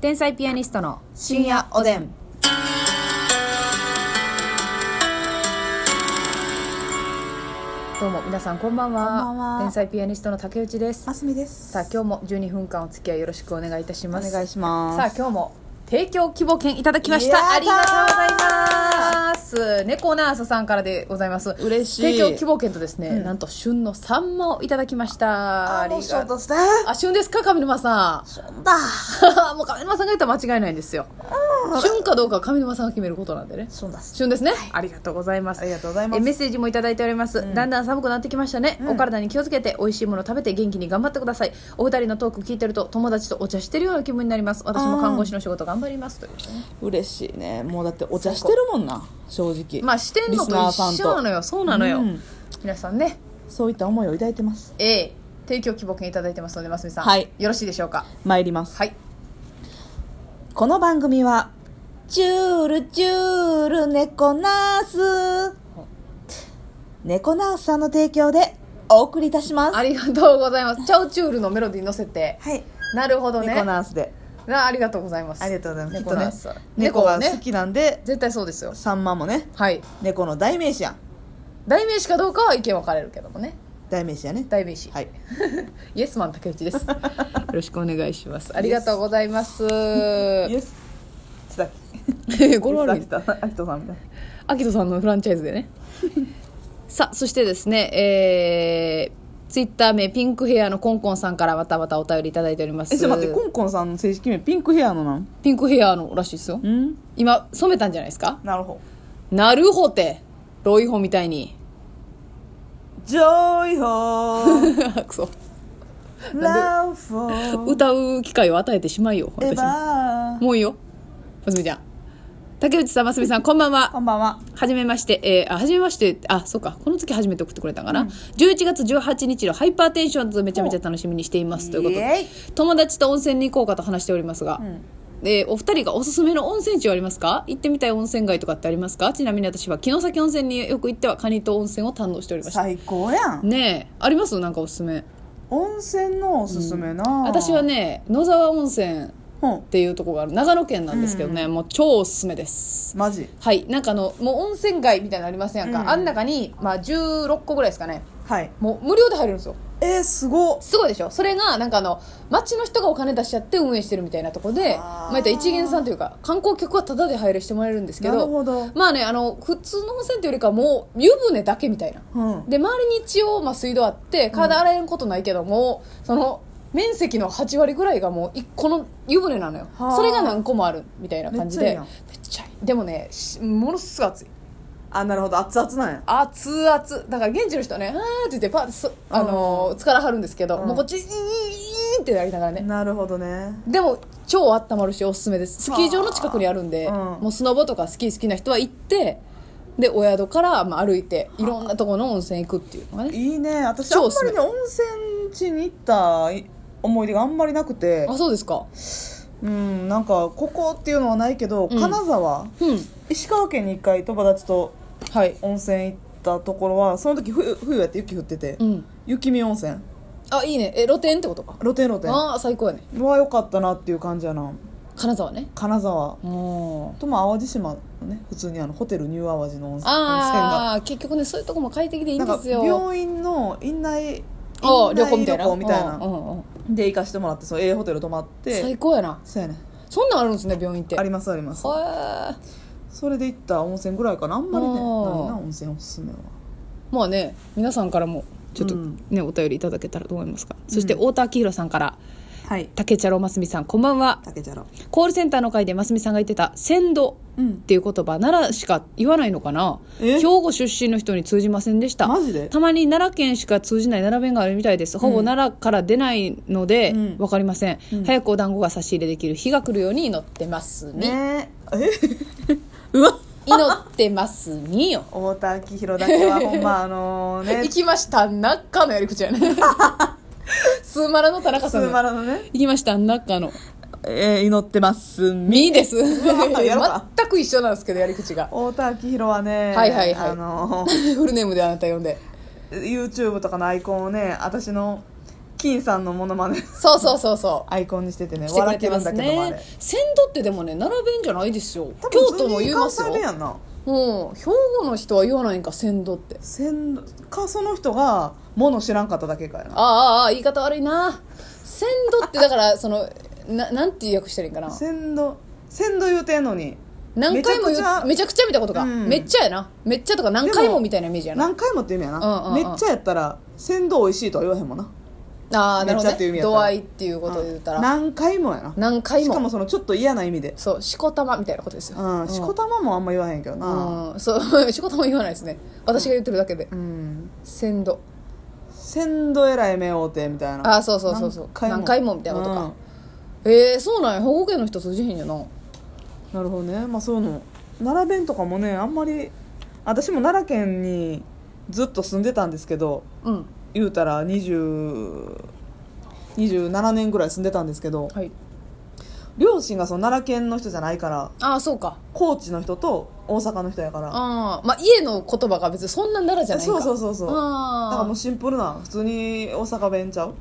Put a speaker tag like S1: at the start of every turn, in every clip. S1: 天才ピアニストの
S2: 深夜おでん
S1: どうも皆さんこんばんは
S2: こんばんは
S1: 天才ピアニストの竹内です
S2: ますみです
S1: さあ今日も12分間お付き合いよろしくお願いいたします
S2: お願いします
S1: さあ今日も提供希望券いただきました
S2: やったー
S1: ありがとうございます猫ナースさんからでございます
S2: 嬉しい
S1: 提供希望券とですね、なんと旬のサンマをいただきました
S2: ありがとうした
S1: あ旬ですか上沼 さん
S2: だ
S1: もう上沼さんが言ったら間違いないんですよ旬かどうかは上沼さんが決めることなんでね
S2: そうだす
S1: 旬ですね、ありがとうございます
S2: ありがとうございます
S1: えメッセージもいただいております、だんだん寒くなってきましたね、お体に気をつけて美味しいもの食べて元気に頑張ってくださいお二人のトーク聞いてると友達とお茶してるような気分になります私も看護師の仕事頑張りますというね
S2: 嬉しいねもうだってお茶してるもんな正直
S1: まあしてんのと一緒なの
S2: よ
S1: よそうなのよ、
S2: うん
S1: 皆さんね
S2: そういった思いを抱いてます
S1: A 提供希望券いただいてますのでますみさん、
S2: はい
S1: よろしいでしょうか
S2: 参ります
S1: はい
S2: この番組はチュールチュール猫ナース猫ナースさんの提供でお送りいたします
S1: ありがとうございますチャオチュールのメロディーに乗せて
S2: はい
S1: なるほどね
S2: 猫ナースで
S1: なありがとうございます
S2: ありがとうございますきっ
S1: 猫
S2: と
S1: ナ
S2: ね
S1: ースさん
S2: 猫が
S1: ね
S2: 好きなんで
S1: 絶対そうですよ
S2: さんまもね
S1: はい
S2: 猫の代名詞やん
S1: 代名詞かどうかは意見分かれるけどもね
S2: 代名詞やね
S1: 代名詞、
S2: はい
S1: イエスマン竹内 ですよろしくお願いしますありがとうございます
S2: イエス須崎
S1: 語呂悪い
S2: 秋田秋田さんみたい
S1: アキトさんのフランチャイズで ねさあそしてですねえー、ツイッター名ピンクヘアのコンコンさんからまたまたお便りいただいております
S2: えちょっと待ってコンコンさんの正式名ピンクヘアのなん
S1: ピンクヘアのらしいですよ
S2: うん
S1: 今染めたんじゃないですか
S2: なるほど
S1: なるほてロイホみたい に
S2: ジョイ ホー
S1: くそ
S2: ラウフォー
S1: 歌う機会を与えてしまいよ
S2: エ
S1: 私も
S2: バー
S1: もういいよますみちゃん竹内さんますみさんこんばんは
S2: こんばんは
S1: はじめまして、えー、あ、はじめまして、あ、そうか、この月初めて送ってくれたんかな。11月18日のハイパーテンションズめちゃめちゃ楽しみにしています。ということ
S2: イ
S1: で、
S2: エイ
S1: 友達と温泉に行こうかと話しておりますが、
S2: ん
S1: えーお二人がおすすめの温泉地はありますか行ってみたい温泉街とかってありますかちなみに私は城崎温泉によく行っては、カニと温泉を堪能しておりました。
S2: 最高やん
S1: ねえ、ありますなんかおすすめ。
S2: 温泉のおすすめな
S1: 私はね、野沢温泉っ
S2: うん
S1: ていうとこがある、長野県なんですけどね、もう超おすすめです。
S2: マジ
S1: はい、なんかあのもう温泉街みたいなのありませんか、
S2: うん
S1: あん中に、まあ、16個ぐらいですかね
S2: はい
S1: もう無料で入れるんですよ
S2: えー、すごっ
S1: すごいでしょそれがなんかあの町の人がお金出しちゃって運営してるみたいなとこでま
S2: あー
S1: あ、言ったら一元さんというか観光客はタダで入れしてもらえるんですけど
S2: なるほど
S1: まあねあの普通の温泉というよりかはもう湯船だけみたいな、
S2: うん
S1: で周りに一応、まあ、水道あって体洗えることないけども、その面積の8割ぐらいがもう1個の湯船なのよ
S2: はあ
S1: それが何個もあるみたいな感じで
S2: め
S1: め
S2: っちゃ
S1: っちゃい
S2: いいやん
S1: いでもねしものすごい暑い
S2: あなるほど熱々なんや
S1: 熱々だから現地の人はね「あー」って言ってパッてそ、あのー疲れはるんですけど、
S2: うん
S1: もうこっち「イーンイーン」ってなりながらね、
S2: なるほどね
S1: でも超温まるしおすすめですスキー場の近くにあるんで、
S2: はあうん
S1: もうスノボとかスキー好きな人は行ってでお宿からまあ歩いていろんなところの温泉行くっていうのがね
S2: いいね私あん
S1: 超
S2: ま
S1: おすすめ
S2: りね温泉地に行ったい思い出があんまりなくて
S1: あそうですか
S2: うんなんかここっていうのはないけど、
S1: うん
S2: 金沢
S1: うん
S2: 石川県に一回友達と
S1: はい
S2: 温泉行ったところはその時冬冬やって雪降ってて、
S1: うん
S2: 雪見温泉
S1: あいいねえ露天ってことか
S2: 露天露天
S1: ああ最高やね
S2: は良かったなっていう感じやな
S1: 金沢ね
S2: 金沢
S1: あ
S2: とまあ淡路島のね普通にあのホテルニュー淡路の温泉が
S1: あー結局ねそういうとこも快適でいいん
S2: な
S1: で
S2: んか
S1: すよ
S2: 病院の院内院
S1: あ
S2: 内
S1: ー旅行みたいな
S2: 旅行みたい
S1: うんう
S2: なん
S1: うん
S2: で行かしてもらってその A ホテル泊まって
S1: 最高やな
S2: そうやね
S1: そんなんあるんですね病院って
S2: ありますあります
S1: はえ
S2: それで行った温泉ぐらいかなあんまりね
S1: あ
S2: ない
S1: ー
S2: な温泉おすすめは
S1: まあね皆さんからもちょっと
S2: うん
S1: ね、お便りいただけたらと思いますがそして太田明宏さんから
S2: はい
S1: 「竹茶郎ますみさんこんばんは
S2: 竹じゃろ」
S1: コールセンターの会でますみさんが言ってた「鮮度」
S2: うん
S1: っていう言葉奈良しか言わないのかな
S2: え
S1: 兵庫出身の人に通じませんでした
S2: マジで
S1: たまに奈良県しか通じない奈良弁があるみたいですほぼ奈良から出ないので、
S2: うん
S1: わかりません、早くお団子が差し入れできる日が来るように祈ってますに、
S2: ねええ うわ
S1: 祈ってますによ
S2: 太田明宏だけはほ んまあのね
S1: 行きました中のやり口やね スーマラの田中
S2: ス
S1: さんの
S2: ーマラのね
S1: 行きました中の
S2: えー、祈ってます
S1: みです
S2: やろうか
S1: 全く一緒なんですけどやり口が
S2: 太田明宏はね
S1: はいはいはい
S2: あの
S1: フルネームであなた呼んで
S2: YouTube とかのアイコンをね私の金さんのモノマネ
S1: そうそうそうそ
S2: アイコンにしててね
S1: うしてくれ
S2: 笑って
S1: て
S2: る
S1: ま
S2: んだ
S1: す
S2: けどもあ
S1: ね
S2: れ
S1: 鮮度ってでもね並べんじゃないですよ
S2: 多分
S1: 京都も言います
S2: 普
S1: よ
S2: 通に関西弁やんな
S1: うん、兵庫の人は言わないんか鮮度って
S2: 鮮度かその人がもの知らんかっただけかやな
S1: ああああ言い方悪いな鮮度ってだからそのななんて訳してるんかな
S2: 鮮度鮮度言うてんのに
S1: 何回も言う
S2: めちゃくちゃ
S1: めちゃくちゃ見たことか、
S2: うん
S1: めっちゃやなめっちゃとか何回
S2: で
S1: も
S2: も
S1: みたいなイメージやな
S2: 何回もって意味やな、
S1: うんうんうん
S2: めっちゃやったら鮮度美味しいとは言わへんもんな
S1: ああなるほど、
S2: めっちゃっていう意味
S1: ね、
S2: やったら
S1: 度合いっていうことで言ったら、
S2: 何回もやな
S1: 何回
S2: し
S1: も
S2: かもそのちょっと嫌な意味で
S1: そうしこたまみたいなことですよ、
S2: うんしこたまもあんま言わへんけどな
S1: うん、そう しこたま言わないですね私が言ってるだけで
S2: うん
S1: 鮮度
S2: 鮮度えらい目合うてみたいな
S1: あそうそうそうそう何回もみたいなことか
S2: うん
S1: えー、そうなんや兵庫県の人通じへんやな
S2: なるほどねまあそういうの奈良弁とかもねあんまり私も奈良県にずっと住んでたんですけど
S1: うん
S2: 言うたら20 27年ぐらい住んでたんですけど
S1: はい
S2: 両親がその奈良県の人じゃないから
S1: ああそうか
S2: 高知の人と大阪の人やから
S1: ああまあ家の言葉が別にそんなんならじゃないか
S2: そうそうそうそうだから
S1: あ
S2: もう
S1: あ
S2: シンプルな普通に大阪弁ちゃう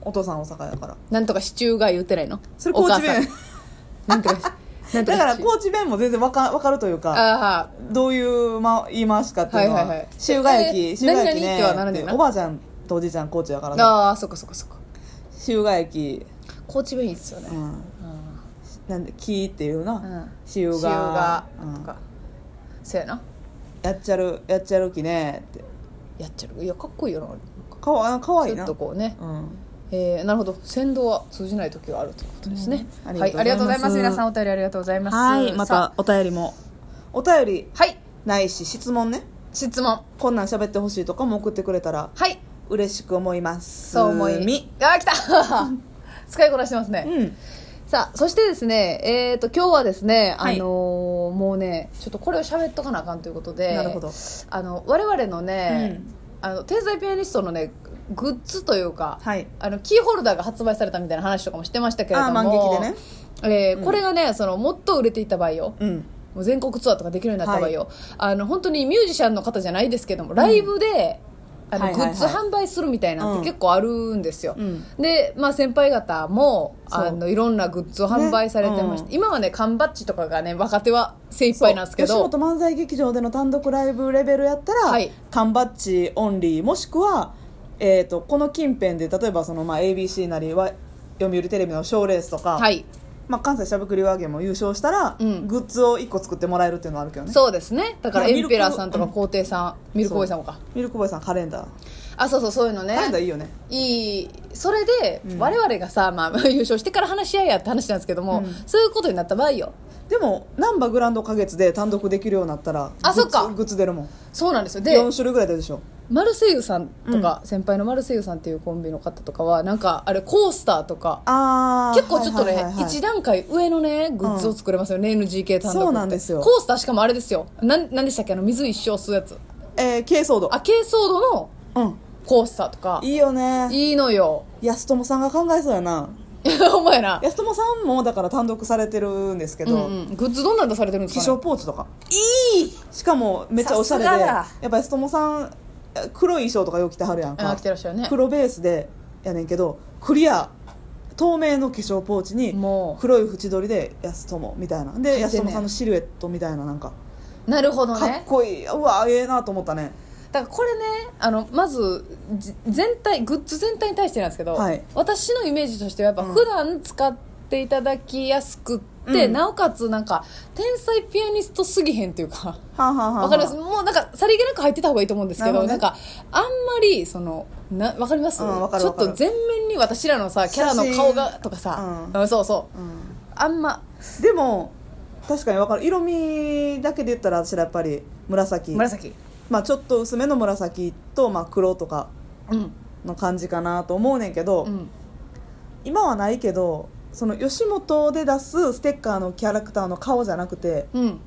S2: お父さん大阪やから
S1: なんとかシチューが言ってないの
S2: それ高知
S1: お母
S2: 弁
S1: さ んなんとかなんと
S2: だから
S1: シチュー
S2: 高知弁も全然わかわかるというか
S1: あ
S2: どういう、ま、言い回しかっていうのは,、
S1: はいはいはい
S2: 週が駅
S1: え
S2: 週が駅
S1: 何々
S2: ね
S1: ってはならねえな
S2: おばあちゃんとおじいちゃん高知やから
S1: あ
S2: ね
S1: ああそっかそっかそっか
S2: 週が駅、
S1: 高知弁いいっすよね
S2: う、ん、
S1: うん
S2: なんで「き」っていう
S1: う
S2: なん「週、
S1: 塩
S2: が
S1: が」と
S2: うん
S1: か、そうやな
S2: やっちゃるやっちゃるきね」って
S1: やっちゃるいやかっこいいよななん
S2: かわあかわ
S1: か
S2: いい
S1: ちょ
S2: な
S1: っとこうね、
S2: うん
S1: えー、なるほど先導は通じない時があるということですね、
S2: うん
S1: はいありがとうございます皆さん
S2: ん
S1: お便りありがとうございます
S2: はいま
S1: さ
S2: たお便りもお便り
S1: あはい
S2: ないし質問ね
S1: 質問
S2: こんなん喋ってほしいとかも送ってくれたら
S1: はい
S2: 嬉しく思います
S1: そう思い
S2: み
S1: あー来た 使いこなしてますね、
S2: うん
S1: さあそしてですねえー、と今日はですね、
S2: はい
S1: あのーもうねちょっとこれを喋っとかなあかんということで
S2: なるほど
S1: あの我々のね、
S2: うん
S1: あの天才ピアニストのねグッズというか、
S2: はい
S1: あのキーホルダーが発売されたみたいな話とかもしてましたけれども
S2: あー満劇でね
S1: えーこれがねそのもっと売れていった場合よ、
S2: うん
S1: もう全国ツアーとかできるようになった場合よ、あの本当にミュージシャンの方じゃないですけどもライブで、あ
S2: は
S1: の
S2: い
S1: グ
S2: はい
S1: ッ
S2: はい
S1: ズ販売するみたいなのって結構あるんですよ、
S2: うん
S1: で、まあ、先輩方も
S2: そう
S1: あのいろんなグッズを販売されてまして、
S2: ね
S1: 今はね缶バッジとかがね若手は精一杯なんですけ
S2: そう
S1: ど
S2: 吉本漫才劇場での単独ライブレベルやったら、
S1: はい
S2: 缶バッジオンリーもしくは、えー、とこの近辺で例えばその、まあ、ABC なりは読売テレビの賞ーレースとか、
S1: はい
S2: まあ、関西しゃぶくり和芸も優勝したら、
S1: うん
S2: グッズを1個作ってもらえるっていうのはあるけどね
S1: そうですねだから
S2: まあ
S1: エンペラーさんとか
S2: ミル
S1: 皇帝さんミルクボーイさんもか
S2: ミルクボーイさんカレンダー
S1: あそうそうそういうのね
S2: カレンダーいいよね
S1: いいそれで、我々がさ、まあ、 優勝してから話し合いやって話なんですけども、
S2: うん
S1: そういうことになった場合よ
S2: でも難波グランド花月で単独できるようになったら
S1: あ
S2: グッズ
S1: そっか
S2: グッズ出るもん
S1: そうなんですよで
S2: 4種類ぐらい出るでしょ
S1: マルセイユさんとか、先輩のマルセイユさんっていうコンビの方とかはなんかあれコースターとか
S2: ああ
S1: 結構ちょっとね、
S2: はいはいはいはい
S1: 一段階上のねグッズを作れますよね、NGK 単独って
S2: そうなんですよ
S1: コースターしかもあれですよなんなんでしたっけあの水一生吸うやつ
S2: えー、軽装度
S1: あ軽装度の
S2: うん
S1: コースターとか
S2: いいよね
S1: いいのよ
S2: 安友さんが考えそうやな
S1: お前な、
S2: 安友さんもだから単独されてるんですけ
S1: う
S2: ど、
S1: んうん、グッズどんなん出されてるんです
S2: 希
S1: か、ね
S2: 少、ポーチとか
S1: いい
S2: しかもめっちゃおしゃれで
S1: さすがだ
S2: やっぱ安友さん黒い衣装とかよう着てはるやん
S1: あ
S2: か
S1: 着てらっしゃるね
S2: 黒ベースでやねんけどクリア透明の化粧ポーチに
S1: もう
S2: 黒い縁取りで安友みたいなで、
S1: 入ってんねん
S2: 安友さんのシルエットみたいななんか
S1: なるほど
S2: かっ
S1: ね
S2: こいいうわええなと思ったね
S1: だからこれねあのまずじ全体グッズ全体に対してなんですけど、
S2: はい
S1: 私のイメージとしてはやっぱ
S2: うん
S1: 普段使っていただきやすくって、
S2: うん
S1: なおかつなんか天才ピアニストすぎへんっていうか
S2: はんはんはんはん
S1: わかりますもうなんかさりげなく入ってた方がいいと思うんですけど
S2: な
S1: な
S2: るほどね
S1: んかあんまりそのなわかります、
S2: うんわかる
S1: ちょ
S2: わ
S1: っ
S2: かる
S1: と全面に私らのさキャラの顔がとかさ、
S2: う
S1: うんそうそう、
S2: うん
S1: あんま
S2: でも確かに分かる色味だけで言ったら私らやっぱり紫
S1: 紫
S2: まあ、ちょっと薄めの紫と、まあ、黒とか
S1: うん
S2: の感じかなと思うねんけど、
S1: うん
S2: 今はないけどその吉本で出すステッカーのキャラクターの顔じゃなくて
S1: うん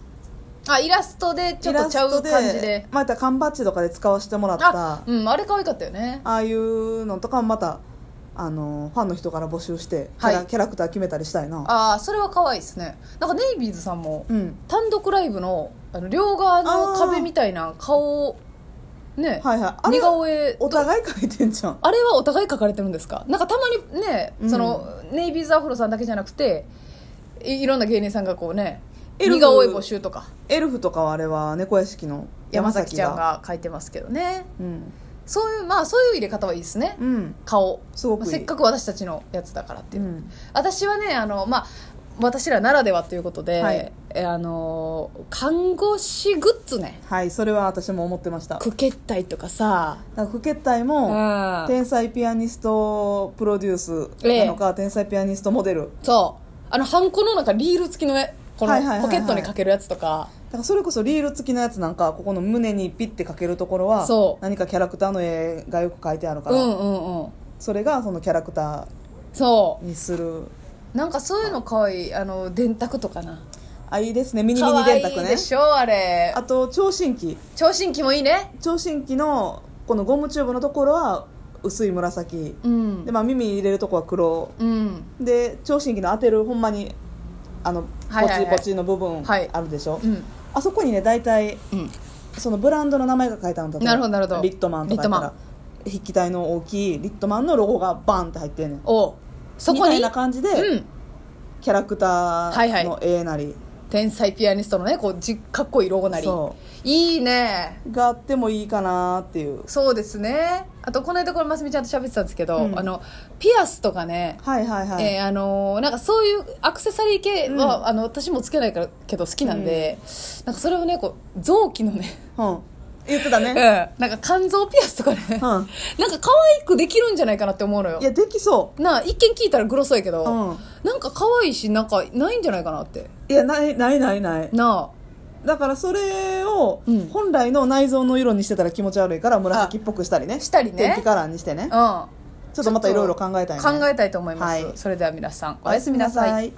S1: あイラストでちょっとちゃう感じで
S2: また缶バッジとかで使わせてもらった
S1: あ
S2: あ,、
S1: うんあれ可愛かったよね
S2: あいうのとかもまたあのファンの人から募集してキャ
S1: はい
S2: ラ,、キャラクター決めたりしたいな
S1: ああそれは可愛いですねなんかネイビーズさんも
S2: うん
S1: 単独ライブのあの両側の壁みたいな顔ね、
S2: はいはいあれ
S1: 似顔絵
S2: お互い書いてんじゃん
S1: あれはお互い書かれてるんですかなんかたまにね、そのネイビーズアフロさんだけじゃなくていいろんな芸人さんがこうね
S2: エルフ
S1: 似顔絵募集とか
S2: エルフとかはあれは猫屋敷の
S1: 山崎ちゃんが書いてますけどね
S2: うん、
S1: そういうまあそういう入れ方はいいですね、
S2: うん、
S1: 顔
S2: すごくいい
S1: まあせっかく私たちのやつだからっていう、
S2: うん
S1: 私はねあのまあ私らならではということで、
S2: はい
S1: えあの看護師グッズね
S2: はいそれは私も思ってました
S1: クケッタイとかさ
S2: だから不決体
S1: う
S2: も
S1: ん
S2: 天才ピアニストプロデュースなのか、天才ピアニストモデル
S1: そうあのハンコの中リール付きのねこの
S2: はいはいはいはい
S1: ポケットにかけるやつとか
S2: だからそれこそリール付きのやつなんかここの胸にピッてかけるところは
S1: そう
S2: 何かキャラクターの絵がよく書いてあるか
S1: う
S2: ら、
S1: んうんうん
S2: それがそのキャラクタ
S1: そ
S2: ーにする
S1: うなんかそういうのかわいいあの電卓とかな
S2: あいいですねミニミニ電卓
S1: 可愛い
S2: ね
S1: でしょあれ
S2: あと聴診器
S1: 聴診器もいいね
S2: 聴診器のこのゴムチューブのところは薄い紫、
S1: うん
S2: でまあ、耳入れるとこは黒
S1: うん
S2: で聴診器の当てるほんまにあの
S1: はいはい
S2: ポ
S1: はい
S2: チポチの部分
S1: はい
S2: あるでしょ、
S1: うん
S2: あそこにね大体
S1: うん
S2: そのブランドの名前が書いてあるんだと思う
S1: なるほどなるほど
S2: リットマンとかやった
S1: リッ
S2: ら
S1: ト
S2: 筆記体の大きいリットマンのロゴがバンって入ってんねん
S1: おうそこ
S2: みたい
S1: に
S2: な感じで、
S1: うん
S2: キャラクタ
S1: はいは
S2: ー
S1: い
S2: の絵なり
S1: 天才ピアニストのねこうじかっこいいロゴなり
S2: そ
S1: いいね
S2: があってもいいかなっていう
S1: そうですねあとこの間これますみちゃんと喋ってたんですけど、
S2: うん
S1: あのピアスとかね
S2: はいはいはい、
S1: えーあのーなんかそういうアクセサリー系は、
S2: う
S1: あの私もつけないからけど好きなんで、なんかそれをねこう臓器のね、
S2: うん、言ってた
S1: うん、
S2: ね
S1: なんか肝臓ピアスとかね、なん
S2: ん
S1: か可愛くできるんじゃないかなって思うのよ
S2: いやできそ
S1: なあ一見聞いたらグロそうやけど、
S2: うん
S1: なんか可愛いしなんかないんじゃないかなって
S2: ういやないないないない
S1: な
S2: だからそれを
S1: うん
S2: 本来の内臓の色にしてたら気持ち悪いから紫っぽくしたりね
S1: したりね
S2: 天気カラーにしてね
S1: あうん
S2: ちょっとまたいろいろ考えたいね
S1: 考えたいと思います、
S2: はい
S1: それでは皆さん
S2: おやすみな
S1: おや
S2: さい